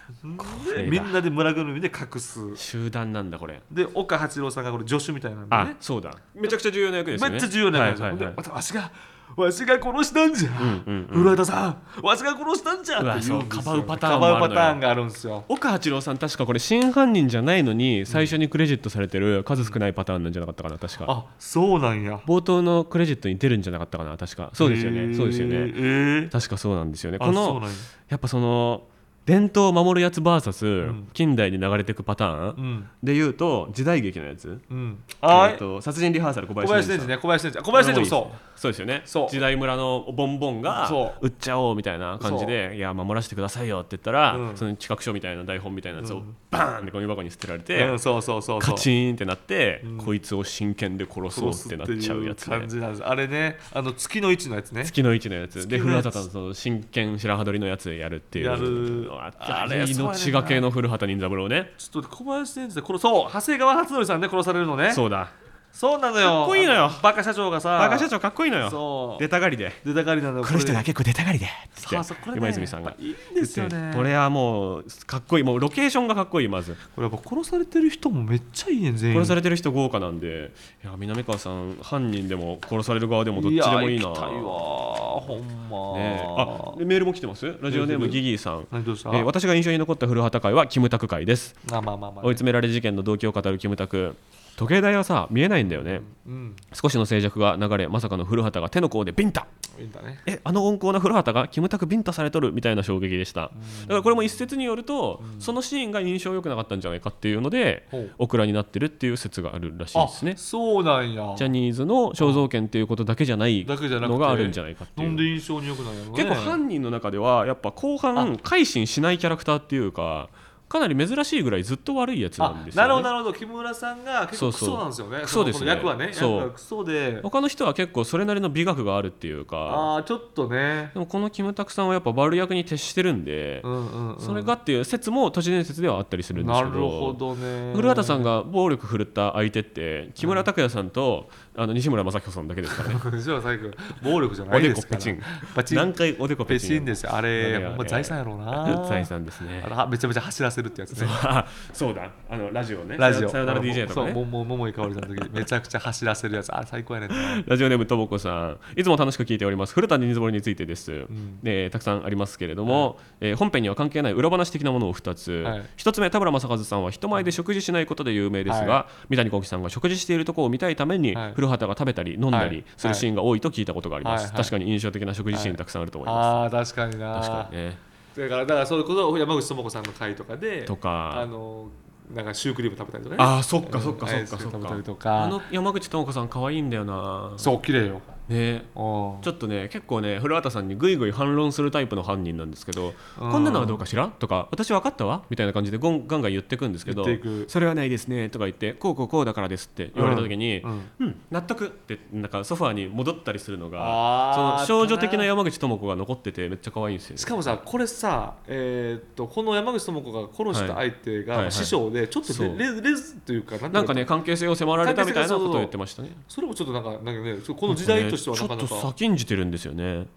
A: れだ
D: みんなで村ぐるみで隠す。
A: 集団なんだこれ
D: で、岡八郎さんがこれ助手みたいなんで
A: あ
D: ね、
A: そうだめちゃくちゃ重要な役ですよね
D: めっちゃ重要な役
A: は
D: なん
A: い
D: です
A: は
D: よ。
A: い
D: で、わしが、わしが殺したんじゃ、
A: うんうん
D: 古畑さん、わしが殺したんじゃって言うんですよ
A: うわそうかばうパター
D: か
A: ンもあるのよ
D: ばうパターンがあるんですよ。
A: 岡八郎さん確かこれ真犯人じゃないのに最初にクレジットされてる数少ないパターンなんじゃなかったかな確か
D: あ、そうなんや。
A: 冒頭のクレジットに出るんじゃなかったかな確かそうですよねそうですよ
D: え
A: ね
D: ーえー
A: 確かそうなんですよね
D: あ
A: こ
D: そう
A: の
D: なんや
A: やっぱその伝統を守るやつ VS、
D: ん
A: 近代に流れていくパターン、
D: うん。
A: で言うと時代劇のやつ、
D: うん。は
A: え
D: い
A: ー。と殺人リハーサル小
D: 小
A: 林
D: 林
A: 伝
D: 選
A: 二さん
D: 手ね、小林選手。小林選手も
A: これ
D: そ
A: いいですそうですよね
D: そう
A: 時代村のボンボンが
D: そ
A: 売っちゃおうみたいな感じで「いや守らせてくださいよ」って言ったら、
D: うん
A: その企画書みたいな台本みたいなやつをバーンってゴミ箱に捨てられ
D: う。
A: て、
D: うんそうそうそうそ
A: カ
D: う。
A: チーンってなって、
D: ん
A: こいつを真剣で殺そうってなっちゃうやつ、
D: 殺すってい
A: ね
D: 感、じなんです。あれね、あの月の位置のやつね。
A: 月の一のやつで
D: 月
A: 古
D: のやつ
A: 畑さんとその真剣白羽取りのやつでやるっていう
D: やる
A: あ
D: あ
A: れ
D: れ
A: 命がけの古畑任三郎ね
D: ちょっと小林選手で殺そう。長谷川初則さんで殺されるのね。
A: そうだ
D: そうなのよ。
A: かっこいいのよ
D: あバカ社長がさ。
A: バカ社長かっこいいのよ
D: そう。
A: 出たがりで
D: 出たがりなのよ。
A: この人が結構出たがりでって
D: そうそうこれね
A: 今泉さんが
D: いいんですよね。
A: これはもうかっこいいもうロケーションがかっこいいまず
D: これやっぱ殺されてる人もめっちゃいいね、全員。
A: 殺されてる人豪華なんでいや南川さん犯人でも殺される側でもどっちでもいいな
D: や行きたいわほんま。
A: ねえあでメールも来てますラジオネームギギーさん
D: 何どうした、
A: えー私が印象に残った古畑会はキムタク会です
D: あまあまあまあ、
A: 追い詰められ事件の動機を語るキムタク時計台はさ見えないんだよね
D: うん
A: 少しの静寂が流れまさかの古畑が手の甲でビンタ
D: いいんだね
A: えあの温厚な古畑がキムタクビンタされとるみたいな衝撃でしただからこれも一説によるとそのシーンが印象良くなかったんじゃないかっていうので
D: ほう
A: オクラになってるっていう説があるらしい
D: あ
A: ですね
D: そうなんや
A: ジャニーズの肖像権っていうことだけじゃない
D: だけじゃなくて
A: のがあるんじゃないかってい
D: なん
A: う
D: で印象に良くないのね
A: 結構犯人の中ではやっぱ後半改心しないキャラクターっていうかかなり珍しいぐらいずっと悪いやつなん
D: あ
A: ですよ、ね、
D: なるほどなるほど木村さんが結構クソなんですよね
A: そうそうクソですね
D: の役はね役
A: そう
D: はクソで
A: 他の人は結構それなりの美学があるっていうか
D: ああちょっとね
A: でもこのキムタクさんはやっぱ悪役に徹してるんで、
D: うんうんうん
A: それがっていう説も都市伝説ではあったりするんです
D: な
A: け
D: る
A: ど
D: ほどね
A: 古畑さんが暴力振るった相手って木村拓哉さんと、あの西村雅彦さんだけですからね
D: 実は最後暴力じゃな
A: お
D: い
A: で
D: で
A: こ
D: すか
A: ペ
D: ら
A: チン
D: パチン
A: 何回おでこペ
D: ペ
A: チ
D: チ
A: ン
D: ンですよあ
A: あれ
D: れ
A: あれ
D: ほんま財産やろうな
A: 財産ですね
D: あのはめちゃめちゃ走らせるってやつね
A: あ そうだあのラジオね
D: ラジオ
A: さよなら DJ とか
D: そう
A: ね
D: もも桃井かおりさんの時めちゃくちゃ走らせるやつあれ最高やねんな
A: ラジオネームともこさんいつも楽しく聞いております古田新ズボルについてです、でたくさんありますけれども、えー本編には関係ない裏話的なものを2つ、
D: はい
A: 1つ目田村正和さんは人前で食事しないことで有名ですが、
D: は
A: 三谷幸喜さんが食事しているところを見たいために、
D: はい
A: 古畑が食べたり飲んだ
D: はい
A: りするシーンが多いと聞いたことがあります、
D: はいはい
A: 確かに印象的な食事シーンたくさんあると思います、
D: あー確かにな
A: 確かにね
D: だからだからそういうことを山口智子さんの回とかで
A: と
D: あ
A: か
D: のなんかシュークリーム食べたりとかね
A: あーそっか
D: うん
A: そっかそっか
D: アイス
A: そっか
D: 食べたりと
A: あ
D: か
A: の山口智子さん可愛いんだよな
D: そう綺麗よ
A: ね
D: お
A: ちょっとね結構ね古畑さんにぐいぐい反論するタイプの犯人なんですけど
D: うん
A: こんなのはどうかしらとか私分かったわみたいな感じでゴンガンガン言ってくんですけど
D: 言っていく
A: それはないですねとか言ってこうこうこうだからですって言われた時に、
D: うんうん
A: うん納得ってなんかソファーに戻ったりするのがそ
D: あー
A: の少女的な山口智子が残っててめっちゃ可愛いんですよね
D: し。かもさこれさ、えーっとこの山口智子が殺した相手が、
A: はいはいはい
D: 師匠でちょっと
A: そう
D: レレレズというかなんてい
A: な
D: うん
A: かね関係性を迫られたみたいなことを言ってましたね。
D: それもちょっとなんかなんかねこの時代としてはなか
A: ちょ
D: な
A: っと
D: か、
A: 先んじてるんですよね。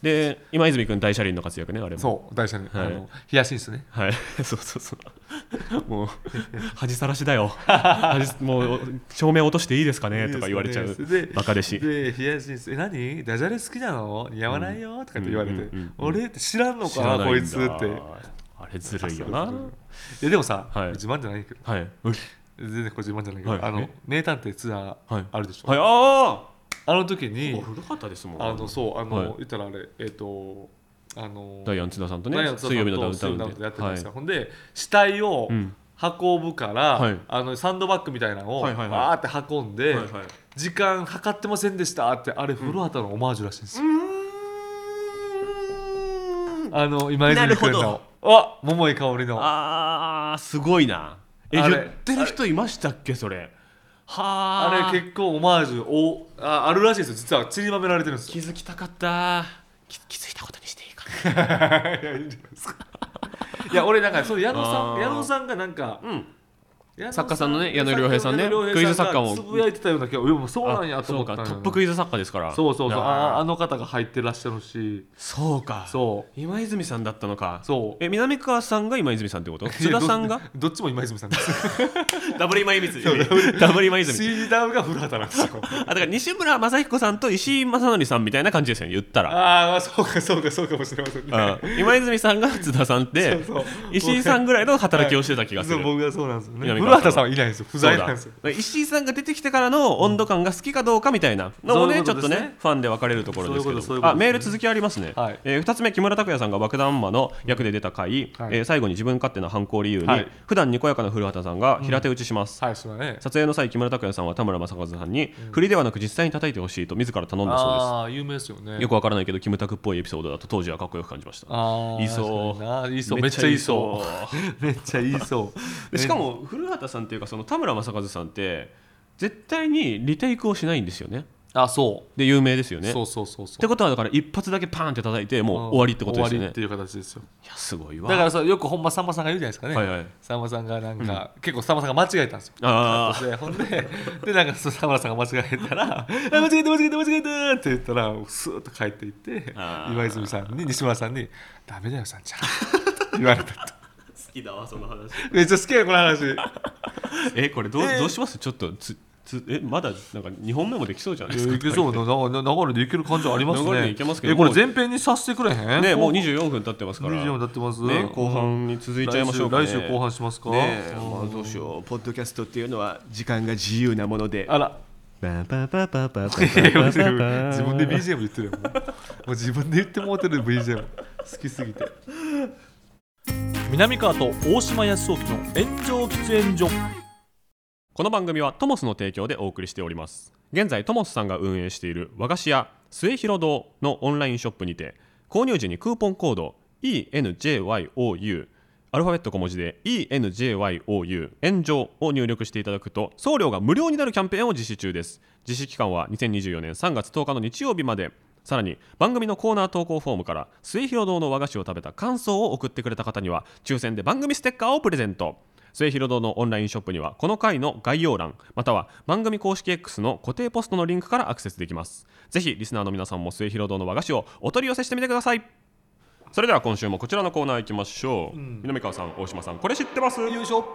A: で今泉君大車輪の活躍ねあれも。
D: そう大事な、
A: はい
D: あのヒヤシンスね
A: はい、そうそうそう。もう恥さらしだ よ。恥もう照明落としていいですかねとか言われちゃう。
D: で
A: バカ弟子。
D: でヒヤシンス「え何ダジャレ好きなの似合わないよ」とかって言われ
A: う
D: て
A: んうんうんうん
D: 「俺って知らんの
A: 知
D: からな
A: な
D: こ
A: い
D: い
A: んだ
D: つ」って
A: あれずるいよな。
D: いやでもさ、
A: はい
D: 自慢じゃないけど
A: はい。うっ
D: 全然これ自慢じゃないけど、
A: はい
D: あの
A: え
D: 名探偵ツア
A: はい
D: ーあるでしょ、
A: はい。あ
D: あの時
A: あ。もう
D: に
A: 古畑ですもん。
D: あのそうあの、
A: はい
D: 言ったらあれえっ、とあの
A: ダイアン津田さんと
D: ダイ
A: ね
D: アン津田さんと
A: 水曜日のダウンタウン
D: 水曜日の
A: で。
D: やってたんですよ、
A: はい
D: ほんで死体を
A: うん
D: 運ぶから、
A: はい
D: あのサンドバッグみたいなのをわ、
A: はいはいはい
D: ーって運ん
A: は
D: で、
A: いはい
D: 時間計ってませんでしたってあれ古畑のオマージュらしいんですよ、あの今泉君
A: なる
D: のあ桃井かおりの
A: ああすごいな。え
D: あ
A: 言
D: れ
A: ってる人いましたっけそれ。はあ。
D: あれ結構オマージュおああるらしいですよ実は散りばめられてるんですよ
A: 気づきたかった。き気づいたことに していいかな。
D: いや俺なんかそう矢野さ
A: あ
D: ん
A: ー
D: 矢野さんがなんか、矢野
A: 作家さんのね矢野良平さんね
D: 矢野良平
A: クイズ作家も
D: さんがつぶやいてたような気がいやもうそうなんや
A: あ
D: と思った
A: そうかトッ
D: ん
A: プ
D: よ
A: クイズ作家ですから
D: そうそうそうあーあ
A: あ
D: の方が入ってらっしゃるし
A: そうか
D: そ
A: 今泉さんだったのか
D: そう
A: え南川さんが今泉さんって こと津田さんが
D: どっちも今泉さんです
A: ダブル今泉 ダブル 今泉
D: シーダウが古畑なんです よ
A: あだから西村雅彦さんと石井正則さんみたいな感じですよね言ったら
D: ああそうかそうかそうかもしれませんね
A: うん今泉さんが津田さんで
D: そうそう
A: 石井さんぐらいの働きをしてた気がす
D: そ
A: る
D: う僕がそうなんですよ
A: 南
D: ね古
A: 川さんは
D: 畑さんはいないんですよ不在なんですよ
A: そうだ石井さんが出てきてからの温度感が好きかどうかみたいなのも
D: そうい
A: ね
D: うこ
A: ち
D: と
A: ょっ
D: で
A: と
D: す
A: ね
D: ね
A: ファンで分かれるところですけど
D: そういうことそういうこと
A: あメール続きありますね、
D: はい
A: え2つ目木村拓哉さんが爆弾魔の役で出た回、
D: はい
A: えー最後に自分勝手な犯行理由に、
D: はい
A: 普段にこやかな古畑さんが平手打ちします、
D: 最初はね
A: 撮影の際木村拓哉さんは田村正和さんに、振りではなく実際に叩いてほしいと自ら頼んだそうです
D: ああ有名ですよね
A: よくわからないけどキムタクっぽいエピソードだと当時はかっこよく感じました
D: ああ
A: いそう
D: いいそうめっちゃいいそうめっちゃいいそう
A: でしかも古畑さんっていうかその田村正和さんって絶対にリテイクをしないんですよね
D: あそ
A: で有名ですよ
D: う、
A: ね
D: そう
A: っ
D: そうそうそう
A: てことはだから一発だけパーンって叩いてもう
D: うん
A: 終わりってことですよ
D: 終わ
A: ね
D: りっていう形ですよ
A: いやすごい
D: だ
A: わ
D: からさよくほんまさんまさんが言うじゃないですかね、
A: はいはい
D: さんまさんがなんか、結構さんまさんが間違えたんですよ
A: あ
D: でほんででなんかそのさんまさんが間違えた ら「あ間違えた間違えた間違えた」って言ったらスーッと帰っていって
A: あー
D: 今泉さんに西村さんに「ダメだよさんちゃん」って 言われたと
A: 好きだわその話
D: めっちゃ好きやこの話
A: えこれどう
D: えー
A: どうしますちょっとつつえまだなんか2本目もできそうじゃない
D: い
A: で
D: や
A: すか
D: いけそうななな流れでいける感じありますね
A: 流れでいけますけど
D: えこれ前編にさせてくれへん
A: ねもう24分経ってますから
D: 24になってます、
A: ね後半に続いちゃいましょうか、ね、
D: 来週来週後半しますか、
A: ねえ
D: うん
A: まあどうしよ
C: ポッドキャストっていうのは時間が自由なもので
D: あら
B: パパパパパパ パ
D: いやいや
B: パ
D: 自分
B: パ
D: 自分で BGM 言ってるよもうもう自分で言ってもうてる BGM 好きすぎて
E: 南川と大島康雄の炎上喫煙所
A: うこの番組はトモスの提供でお送りしております現在トモスさんが運営している和菓子屋末広堂のオンラインショップにて購入時にクーポンコード ENJYOU アルファベット小文字で ENJYOU 炎上を入力していただくと送料が無料になるキャンペーンを実施中です実施期間は2024年3月10日の日曜日までさらに番組のコーナー投稿フォームから末広堂の和菓子を食べた感想を送ってくれた方には抽選で番組ステッカーをプレゼント末広堂のオンラインショップにはこの回の概要欄または番組公式 X の固定ポストのリンクからアクセスできますぜひリスナーの皆さんも末広堂の和菓子をお取り寄せしてみてくださいそれでは今週もこちらのコーナー行きましょう、南川さん大島さんこれ知ってます
D: よいしょ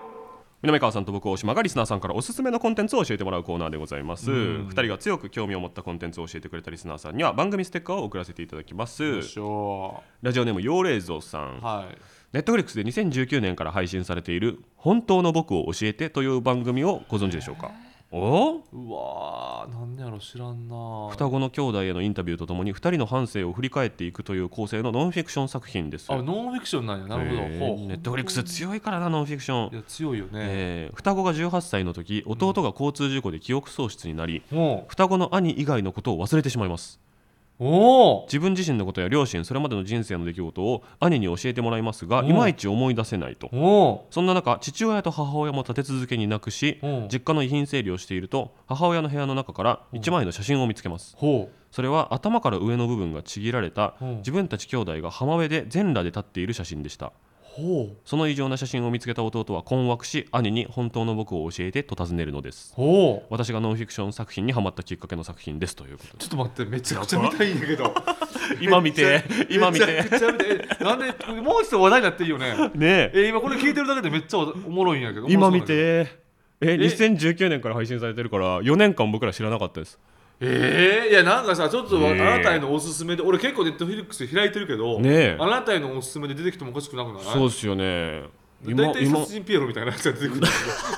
A: 南川さんと僕大島がリスナーさんからおすすめのコンテンツを教えてもらうコーナーでございます、二2人が強く興味を持ったコンテンツを教えてくれたリスナーさんには番組ステッカーを送らせていただきます
D: よいしょ
A: ラジオネーム妖霊像さん
D: はい
A: ネットフリックスで2019年から配信されている「本当の僕を教えて」という番組をご存知でしょうかお
D: うわーなんやろ知らんな
A: 双子の兄弟へのインタビューとともに2人の半生を振り返っていくという構成のノンフィクション作品です
D: あノンフィクションなんやなるほど、
A: えー
D: ほう
A: ネットフリックス強いからなノンフィクション
D: いや強いよね、
A: えー双子が18歳の時弟が交通事故で記憶喪失になり、
D: も
A: 双子の兄以外のことを忘れてしまいます
D: うおお
A: 自分自身のことや両親それまでの人生の出来事を兄に教えてもらいますが
D: うん
A: いまいち思い出せないと
D: おお
A: そんな中父親と母親も立て続けに亡くし
D: うん
A: 実家の遺品整理をしていると母親の部屋の中から1枚の写真を見つけます
D: ほ
A: それは頭から上の部分がちぎられた
D: うん
A: 自分たち兄弟が浜辺で全裸で立っている写真でした
D: うほう
A: その異常な写真を見つけた弟は困惑し兄に本当の僕を教えてと尋ねるのです
D: ほう
A: 私がノンフィクション作品にハマったきっかけの作品ですということで
D: ちょっと待ってめちゃくちゃ見たいんやけど
A: 今見て今見
D: め
A: て
D: ちゃくちゃ見たいえなんでもう一度話題になっていいよね
A: ねえ
D: えー今これ聞いてるだけでめっちゃおもろいんやけど
A: 今
D: 面
A: 見
D: 白いんや
A: てえ2019年から配信されてるから4年間僕ら知らなかったです
D: けどえー、いやなんかさちょっとわあ
A: ねえ
D: なたへのおすすめで俺結構ネットフィリックス開いてるけど、
A: ねえ
D: あなたへのおすすめで出てきてもおかしくなくない
A: そうですよね
D: 大体殺人ピエロみたいなやつが出てくるんだ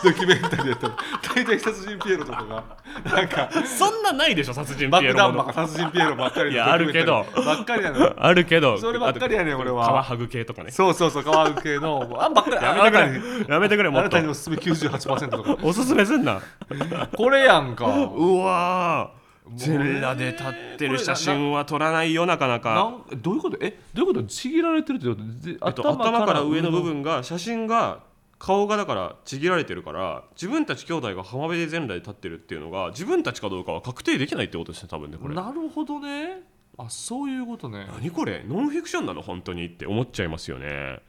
D: けどドキュメンタリーやったら大体殺人ピエロとかがなん か
A: そんなないでしょ殺人
D: 爆弾魔か殺人ピエロばっかりの
A: いやあるけど
D: ドキュメンタリーばっかりなのよ
A: あるけど
D: そればっかりやねん俺
A: あ
D: は
A: とカワハグ系とかね
D: そうそうそう川ウ系のもうあんばっかりや
A: やめてくれ
D: あなたに
A: やめてくれ
D: あ
A: も
D: な
A: ったと
D: におすすめ98%とか
A: おすすめすんな
D: これやんか
A: うわー全裸で立ってる写真は撮らないよなかな
D: な
A: か
D: んどういうことえどういうことちぎられてるってことで
A: えっと頭から上の部分が写真が顔がだからちぎられてるから自分たち兄弟が浜辺で全裸で立ってるっていうのが自分たちかどうかは確定できないってことですね多分ねこれ
D: なるほどねあそういうことね
A: 何これノンフィクションなの本当にって思っちゃいますよね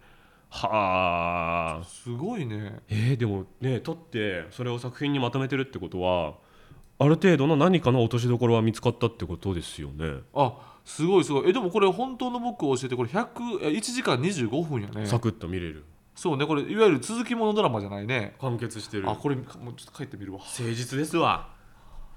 A: はあ
D: すごいね
A: えー、でもね撮ってそれを作品にまとめてるってことはある程度の何かの落としどころは見つかったってことですよね、
D: あすごいすごいえでもこれ本当の僕を教えてこれ100え1時間25分やね
A: サクッと見れる
D: そうねこれいわゆる続きものドラマじゃないね
A: 完結してる
D: あこれもうちょっと書いてみるわ
A: 誠実ですわ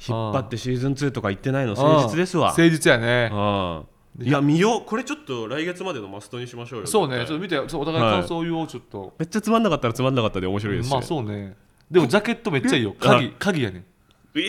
A: 引
D: あ
A: っ張ってシーズン2とか言ってないの誠実ですわ
D: 誠実やね
A: ああいや見ようこれちょっと来月までのマストにしましょうよ
D: そうね
A: 絶
D: ちょっと
A: 対
D: 見てそうお互い感想を言おうちょっと、
A: めっちゃつまんなかったらつまんなかったで面白いです
D: まあそうねでもジャケットめっちゃいいよ鍵鍵やね
A: うえ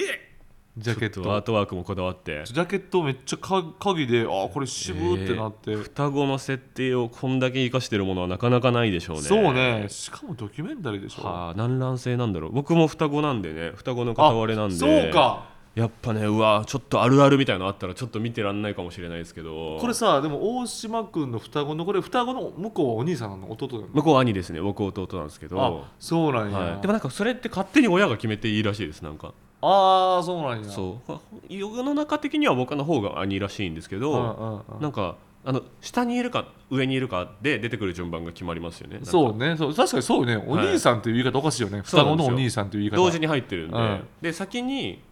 D: ジャケット
A: っアートワークもこだわって
D: ジャケットめっちゃか鍵であーこれ渋ーってなって、
A: 双子の設定をこんだけ生かしてるものはなかなかないでしょうね
D: そうねしかもドキュメンタリーでしょ
A: はあ難覧性なんだろう僕も双子なんでね双子の片割れなんで
D: そうか
A: やっぱねうわちょっとあるあるみたいのあったらちょっと見てらんないかもしれないですけど
D: これさでも大島君の双子のこれ双子の向こうはお兄さんなの弟なの
A: 向こう兄ですね僕弟なんですけど
D: あそうなんや、
A: はい、でもなんかそれって勝手に親が決めていいらしいですなんか
D: ああそうなんやう
A: そう世の中的には僕の方が兄らしいんですけ
D: んうん
A: ど、
D: うん
A: なんかあの下にいるか上にいるかで出てくる順番が決まりますよねなんか
D: そうねそう確かにそうねお兄さんっていう言い方おかしいよね、
A: そう
D: 双
A: な
D: 子
A: んです
D: の
A: よ
D: お兄さんっていう言い方
A: 同時に入ってるんで、
D: うん
A: で先に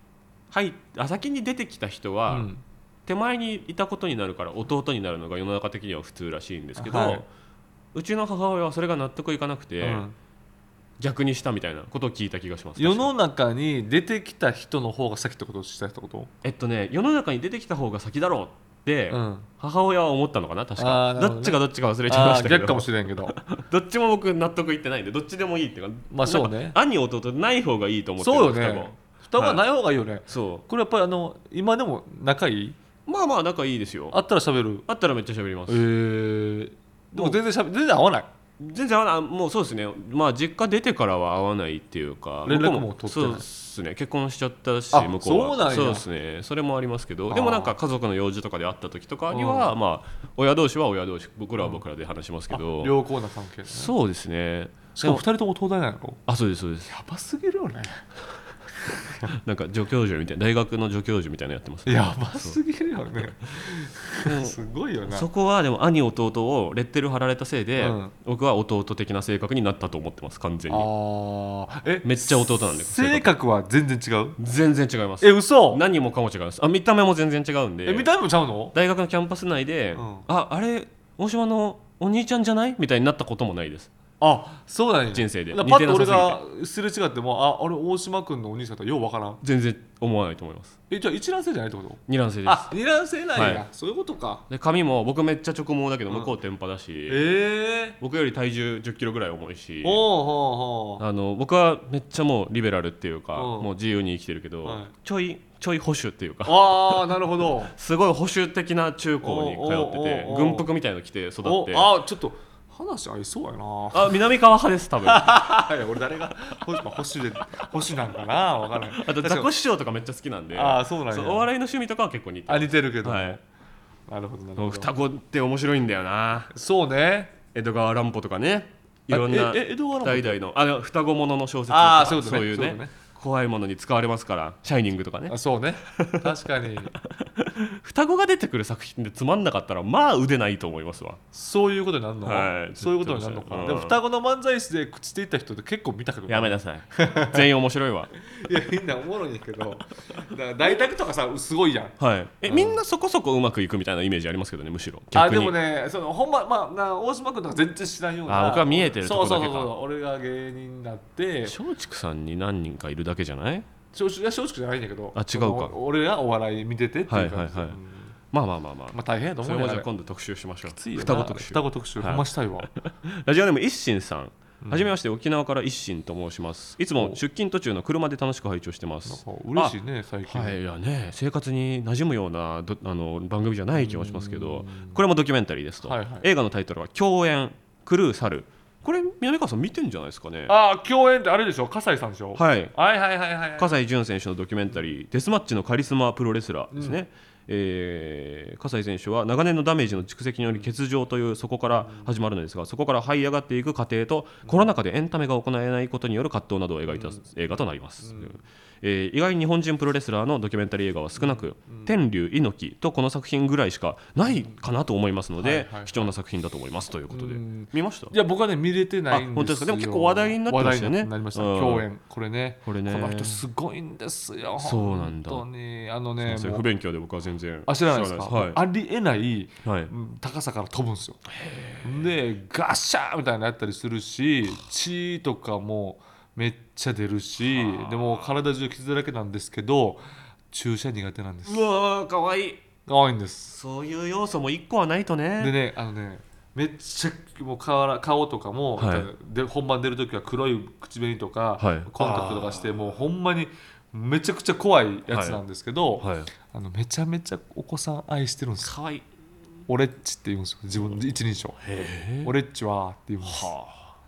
A: 入っあ先に出てきた人
D: う
A: は、
D: ん、
A: 手前にいたことになるから弟になるのが世の中的には普通らしいんですけど、
D: はいう
A: ちの母親はそれが納得いかなくて、
D: うん
A: 逆にしたみたいなことを聞いた気がします
D: 世の中に出てきた人の方が先ってことをしたってこと
A: えっとね世の中に出てきた方が先だろうって、
D: うん
A: 母親は思ったのかな確か
D: あーなるほ
A: ど,、
D: どね
A: っちがどっちか忘れちゃいま
D: あ
A: し
D: ー
A: たけ
D: 逆か
A: ど
D: もしれんけど
A: どっちも僕納得いってないんでどっちでもいいっていうか
D: まあそうね
A: なんか兄弟ない方がいいと思ってる
D: そうよ
A: 双子
D: ね双子はない方がいいよね、
A: そ
D: これやっぱりあの今でも仲いいう
A: まあまあ仲いいですよ
D: あったら喋る
A: あったらめっちゃ喋りま
D: え
A: す
D: ー、でも全然しゃべ全然合わない
A: 全然合わないあもうそうですねまあ実家出てからは会わないっていうか
D: 連
A: 向
D: 絡
A: こう
D: も取ってない
A: そうですね結婚しちゃったし
D: あ
A: 向こうは
D: そうなんや
A: そうですねそれもありますけど
D: あー
A: でもなんか家族の用事とかで会った時とかにはまあ親同士は親同士僕らは僕らで話しますけど、
D: 良好な関係、ね、し
A: そうですね
D: かも2人とも東大なんやろ
A: あそうですそうです
D: やばすぎるよね
A: なんか助教授みたいな大学の助教授みたいなのやってます
D: やばすぎるよね すごいよな
A: そこはでも兄弟をレッテル貼られたせいで、
D: うん
A: 僕は弟的な性格になったと思ってます完全に
D: ああえ
A: めっちゃ弟なんで
D: 性格は全然違う
A: 全然違います
D: え嘘
A: 何もかも違いますあ見た目も全然違うんで
D: え見た目もちゃうの
A: 大学のキャンパス内で、
D: うん
A: ああれ大島のお兄ちゃんじゃないみたいになったこともないです
D: あそうなんや
A: 人生で
D: だからパッと
A: 似て
D: 俺
A: なさ
D: がすれ違ってもああれ大島君のお兄さんとようわからん
A: 全然思わないと思います
D: えじゃあ一卵性じゃないってこと
A: 二卵性です
D: あ二卵性なんや、
A: はい
D: そういうことか
A: で髪も僕めっちゃ直毛だけど
D: ん
A: 向こう天パだし、
D: ええ
A: 僕より体重1 0キロぐらい重いし
D: ー、おうおうおう
A: あの僕はめっちゃもうリベラルっていうか
D: うん
A: もう自由に生きてるけど、
D: はい
A: ちょいちょい保守っていうか
D: ああなるほど
A: すごい保守的な中高に通ってて
D: おおおお
A: 軍服みたいの着て育っ
D: お
A: て
D: あーちょっと話合いそうや な
A: あ南川派です多 分あ
D: いや俺誰が保守まあ保守で保守なんかなわからんない
A: とザコシショウとかめっちゃ好きなんで
D: あーそうなんや
A: お笑いの趣味とかは結構似て
D: あ
A: る
D: 似てるけど、
A: はい
D: なるほどなる
A: もう
D: ほ
A: 双
D: ど
A: 子って面白いんだよな
D: そうね
A: 江戸川乱歩とかねいろんな
D: ええ江戸川乱歩
A: 代々のあの双子ものの小説とか
D: あーそういうことね
A: いう
D: そうい
A: ね
D: うことね
A: 怖いものに使われますから「シャイニング」とかね
D: あそう ね確かに
A: 双子が出てくる作品でつまんなかったらまあ腕ないと思いますわ
D: そういうことになるの、
A: はい
D: そういうことになるのかな、
A: うん
D: でも双子の漫才師で口ついた人って結構見たけど
A: やめなさい 全員面白いわ
D: いやみんなおもろいんやけどだから大宅とかさすごいやん
A: はいえみんなそこそこうまくいくみたいなイメージありますけどねむしろ
D: あ
A: 逆に
D: でもねそのほんままあな大島君とか全然知らんよう
A: あ
D: な
A: 僕は見えてるとこだけか
D: そうそうそうそう俺が芸人になって
A: 松竹さんに何人かいるだけじゃない
D: 松竹いや松竹じゃないんだけど
A: あ違うか
D: その俺がお笑い見ててっていう感じ、
A: はいはいはい
D: うん
A: まあまあまあまあ
D: まあ大変やと
A: そ
D: 思
A: れ
D: う
A: もじ
D: よ
A: ゃ
D: あ
A: あ
D: れ
A: 今度特集しましょう
D: いいよな
A: 双子特集
D: 双子特集
A: はい
D: ほんました いわ
A: ラジオネーム一心さんはじめまして沖縄から一心と申しますいつも出勤途中の車で楽しく拝聴してます
D: 嬉しいね最近、
A: はいいやね生活に馴染むようなどあの番組じゃない気もしますけどこれもドキュメンタリーですと、
D: はいはい
A: 映画のタイトルは「共演クルー猿」これ南川さん見てんじゃないですかね
D: ああ共演ってあれでしょ葛西さんでしょ、
A: はい
D: はい、はいはいはいはい
A: 葛西潤選手のドキュメンタリー「デスマッチのカリスマプロレスラー」ですね、えー葛西選手は長年のダメージの蓄積により欠場というそこから始まるのですがそこから這い上がっていく過程とコロナ禍でエンタメが行えないことによる葛藤などを描いた映画となります、えー意外に日本人プロレスラーのドキュメンタリー映画は少なく、天竜猪木とこの作品ぐらいしかないかなと思いますので、
D: はいはい
A: 貴重な作品だと思いますということで、
D: うん
A: 見ました
D: いや僕はね見れてないんですよ
A: あ本当ですかでも結構話題になってましたよね
D: 話題になりました
A: うん
D: 共演これね
A: これね
D: の人すごいんですよ
A: そうなんだ
D: 本当にあのね
A: それ
D: もう
A: 不勉強で僕は全然
D: あ知らないですか
A: はい
D: ありえない
A: はい
D: うん高さから飛ぶんですよでガッシャーみたいなのやったりするし血とかもめっちゃ出るしでも体中傷だらけなんですけど注射苦手なんです
A: うわーかわいい
D: 多いんです
A: そういう要素も一個はないとね
D: でねあのねめっちゃもう顔顔とかも、
A: はい
D: で本番出る時は黒い口紅とか、
A: はい
D: コンタクトとかしてもうほんまにめちゃくちゃ怖いやつなんですけど、
A: はい
D: あのめちゃめちゃお子さん愛してるんですよ
A: かわいい
D: 俺っちって言うんですよ自分の一人称俺っちはって言うんです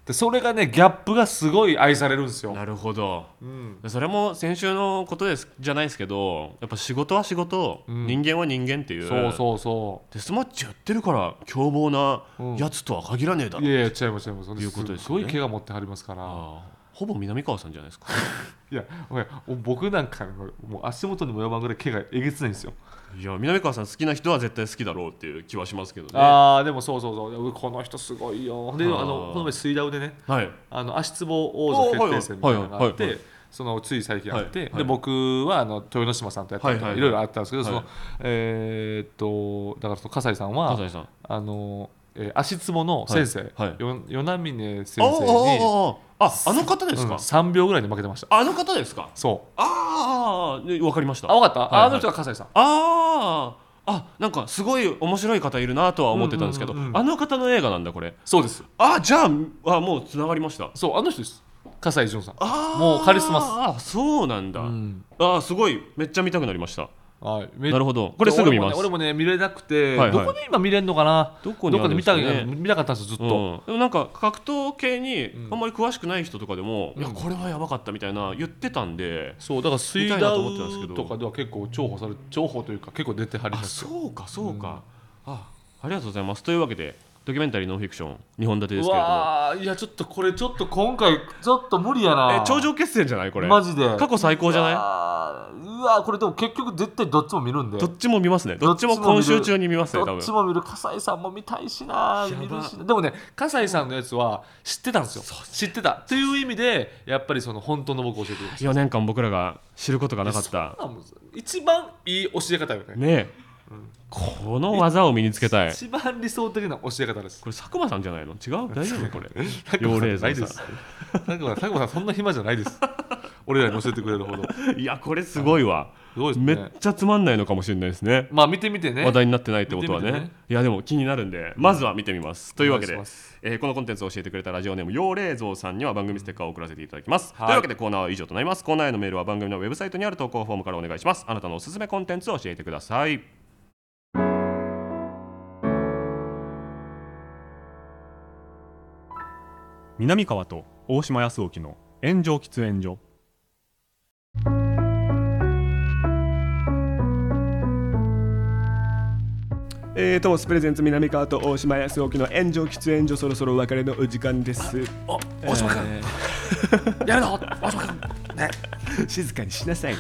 D: でそれがねギャップがすごい愛されるんですよ
A: なるほど
D: うん
A: それも先週のことですじゃないですけどやっぱ仕事は仕事、
D: ん
A: 人間は人間っていう
D: そうそうそ
A: デスマッチやってるから凶暴な
D: うん
A: やつとは限らねえだ
D: うい
A: ろ、
D: やいや違います違います
A: いうことですよね
D: すごい怪我持ってはりますから
A: ああほぼ南川さんじゃないですか
D: いやお前お僕なんかもう足元にも及ばんぐらい怪我えげつないんですよ
A: いや南川さん好きな人は絶対好きだろうっていう気はしますけどねは
D: ああでもそうそうそういやうこの人すごいよであ
A: あー
D: のこの前水ダウでね
A: い
D: あの足つぼ王座決定戦みたいなのがあっ
A: はいはいはいはいは
D: てそのつい最近あって、
A: はいはい
D: で僕はあの豊ノ島さんとやったりとか、
A: はいはいはい
D: いろいろあったんですけど、そ
A: は
D: のえーっとだからその葛西さんは
A: 葛西さん
D: あのえー足つぼの先生、
A: はいはい
D: よ与那峰先
A: ああ
D: 生に、
A: ああああの方です
D: うん
A: か、
D: 3秒ぐらいで負けてました
A: あの方ですか
D: そう
A: ああでわかりました
D: あ分かった、
A: いはい
D: あの人が葛西さん
A: あーあなんかすごい面白い方いるなとは思ってたんですけど、
D: うんうんうんうん
A: あの方の映画なんだこれ
D: そうです
A: あじゃああもうつながりました
D: そうあの人です葛西潤さん
A: あー
D: もうカリスマ
A: あそうなんだ、
D: っす、うん
A: あすごいめっちゃ見たくなりました
D: はい、め
A: なるほどこれすぐ見ます
D: 俺もね俺もね見れなく
A: はい
D: て、
A: はい
D: どこで今見れるのかな
A: どこにあ
D: どっ
A: る
D: かで
A: んで
D: 見
A: す
D: た
A: かね
D: 見たかったんですよずっと、
A: うんでもなんか格闘系に
D: うん
A: あんまり詳しくない人とかでも、
D: うん
A: いやこれはやばかったみたいな言ってたんで、
D: そうだから水
A: 見たいなと思ってたんですけ
D: 道
A: ど
D: とかでは結構重宝され重宝というか結構出てはり
A: あ
D: ますよ
A: そうかそうか、あありがとうございますというわけでドキュメンタリーノンフィクション2本立てですけれども
D: わあいやちょっとこれちょっと今回ちょっと無理やな
A: え頂上決戦じゃないこれ
D: マジで
A: 過去最高じゃない
D: いうわーこれでも結局絶対どっちも見るんで
A: どっちも見ますねどっちも
D: どっちも見
A: 今
D: る
A: 週中に見ますね多
D: どっ
A: 分
D: ちも見る笠井さんも見たいしな
A: やば
D: 見るしなでもね笠井さんのやつは知ってたんですよ知ってたという意味でやっぱりその本当の僕を教えてくれまし
A: 4年間僕らが知ることがなかった
D: た一番いい教え方よね
A: ねえ、この技を身につけたい
D: 一番理想的な教え方です
A: これ佐久間さんじゃないの違う大丈夫これ
D: 佐久間
A: 妖
D: さ
A: 霊
D: んない
A: 山
D: です
A: さ
D: 佐久間さん佐久間さんそんな暇じゃないです俺らに教えてくれるほどす
A: んいやこれすごいわ
D: ごいです
A: め
D: ね
A: っちゃつまんないのかもしれないですね
D: まあ見てみてね
A: 話題になってないってことは
D: 見
A: ね
D: てみてね
A: いやでも気になるんでまずは見てみます、というわけ
D: お
A: で
D: 願いします、
A: えーこのコンテンツを教えてくれたラジオネーム妖霊像さんには番組ステッカーを送らせていただきます、
D: はい
A: というわけでコーナーは以上となりますコーナーへのメールは番組のウェブサイトにある投稿フォームからお願いしますあなたのおすすめコンテンツを教えてください
E: 南川と大島康沖の炎上喫煙所
C: えー、トモスプレゼンツ南川と大島康沖の炎上喫煙所そろそろお別れのお時間です
B: お大島君、 やるの大島君ね
C: 静かにしなさい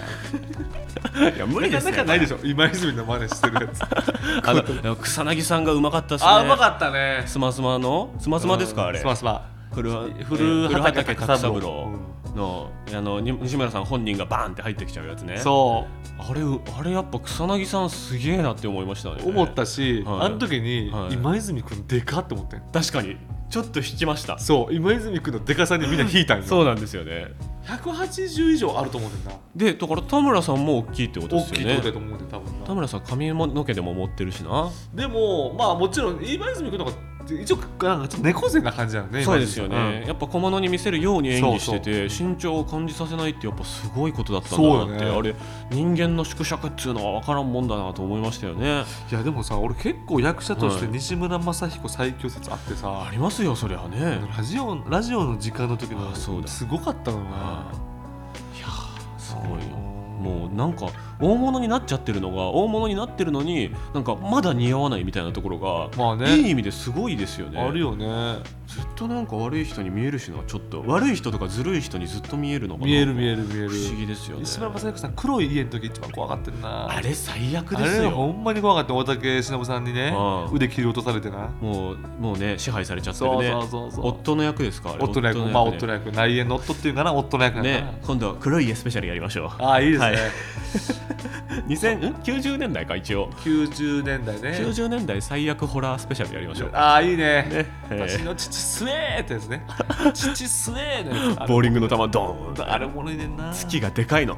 C: な い
A: や無理
D: なかなかないでしょ今泉の真似してるやつ
A: あのでも草薙さんがうまかったっすね
D: あうまかったね
A: スマスマのスマスマですかあれ
D: スマスマ
A: 古は
D: 古
A: 古
D: 畑
A: 畑
D: 角
A: 角
D: 三
A: 三
D: 郎
A: 郎のあのに西村さん本人がバーンって入ってきちゃうやつね
D: そ
A: あれうあれやっぱ草薙さんすげえなって思いましたね
D: う思ったし、
A: はい
D: あの時に、
A: はい
D: 今泉君でかって思ってん
A: 確かにちょっと引きました
D: そう今泉君のでかさにみんな引いたんよ
A: そうなんですよね
D: 180以上あると思うねんな
A: でだから田村さんも大きいってことで
D: 大
A: す
D: きい
A: よ
D: と
A: ね
D: こだと思うねん多分な
A: 田村さん髪の毛でも持ってるしな
D: でもまあもちろん今泉君の方が一応なんかちょっと猫背な感じなのね
A: そ
D: 今
A: う
D: 泉
A: で
D: さん
A: すよね、やっぱ小物に見せるように演技してて身長を感じさせないってやっぱすごいことだったんだなって、
D: そうよ
A: あ
D: ね
A: れ人間の縮尺っていうのは分からんもんだなと思いましたよね
D: いやでもさ俺結構役者として
A: はい
D: 西村雅彦最強説あってさ、
A: ありますよそりゃね、
D: ラジオラジオの時間の時の
A: あそうだ
D: すごかったのよ
A: あ
D: な
A: ーいやーすごいよも
D: も
A: うなんか大物になっちゃってるのが大物になってるのになんかまだ似合わないみたいなところが、
D: まあね
A: いい意味ですごいですよね
D: あるよね
A: ずっとなんか悪い人に見えるしなちょっと悪い人とかずるい人にずっと見えるのが
D: 見える見える見える
A: 不思議ですよね
D: 西村雅彦さん黒い家の時一番怖がってるな
A: あれ最悪
D: あ
A: です
D: れ
A: よ
D: ほんまに怖かった大竹しのぶさんにね
A: ああ
D: 腕切り落とされてな
A: もうもうね支配されちゃってる
D: そう
A: ね
D: そうそうそう
A: 夫の役ですかあれ
D: 夫の役まあ夫
A: ね
D: の役内縁の夫っていうかな夫の役なんだな
A: ね今度は黒い家スペシャルやりまし ょう
D: ああいいですね、
A: はい2090年代か一応
D: 90年代ね
A: 90年代最悪ホラースペシャルやりましょう
D: ああいいね
A: ね
D: 私の父すえーってやつね父すえーのやつあれ
A: ボーリングの球ドーン
D: あれおもろいねんな
A: 月がでかいの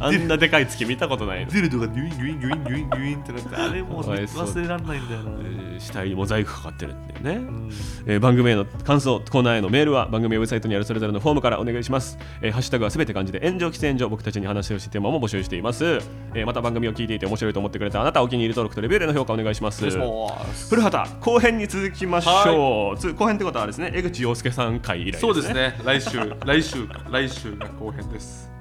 A: あんなでかい月見たことないの、
D: ディルドがギュインギュインギュインギュインギュインってなってあれもう
A: かわいそう
D: 忘れられないんだよな、
A: えー死体にモザイクかかってるっていうね、
D: うん
A: えー番組への感想コーナーへのメールは番組ウェブサイトにあるそれぞれのフォームからお願いします、えーハッシュタグはすべて漢字で炎上喫煙所僕たちに話してほしいテーマも募集しています、えーまた番組を聞いていて面白いと思ってくれたあなたお気に入り登録とレビューでの評価お願いします
D: お願いします
A: 古畑後編に続きましょう、つ後編ってことはですね江口洋介さん回以来ですね
D: そうですね来週来週来週が後編です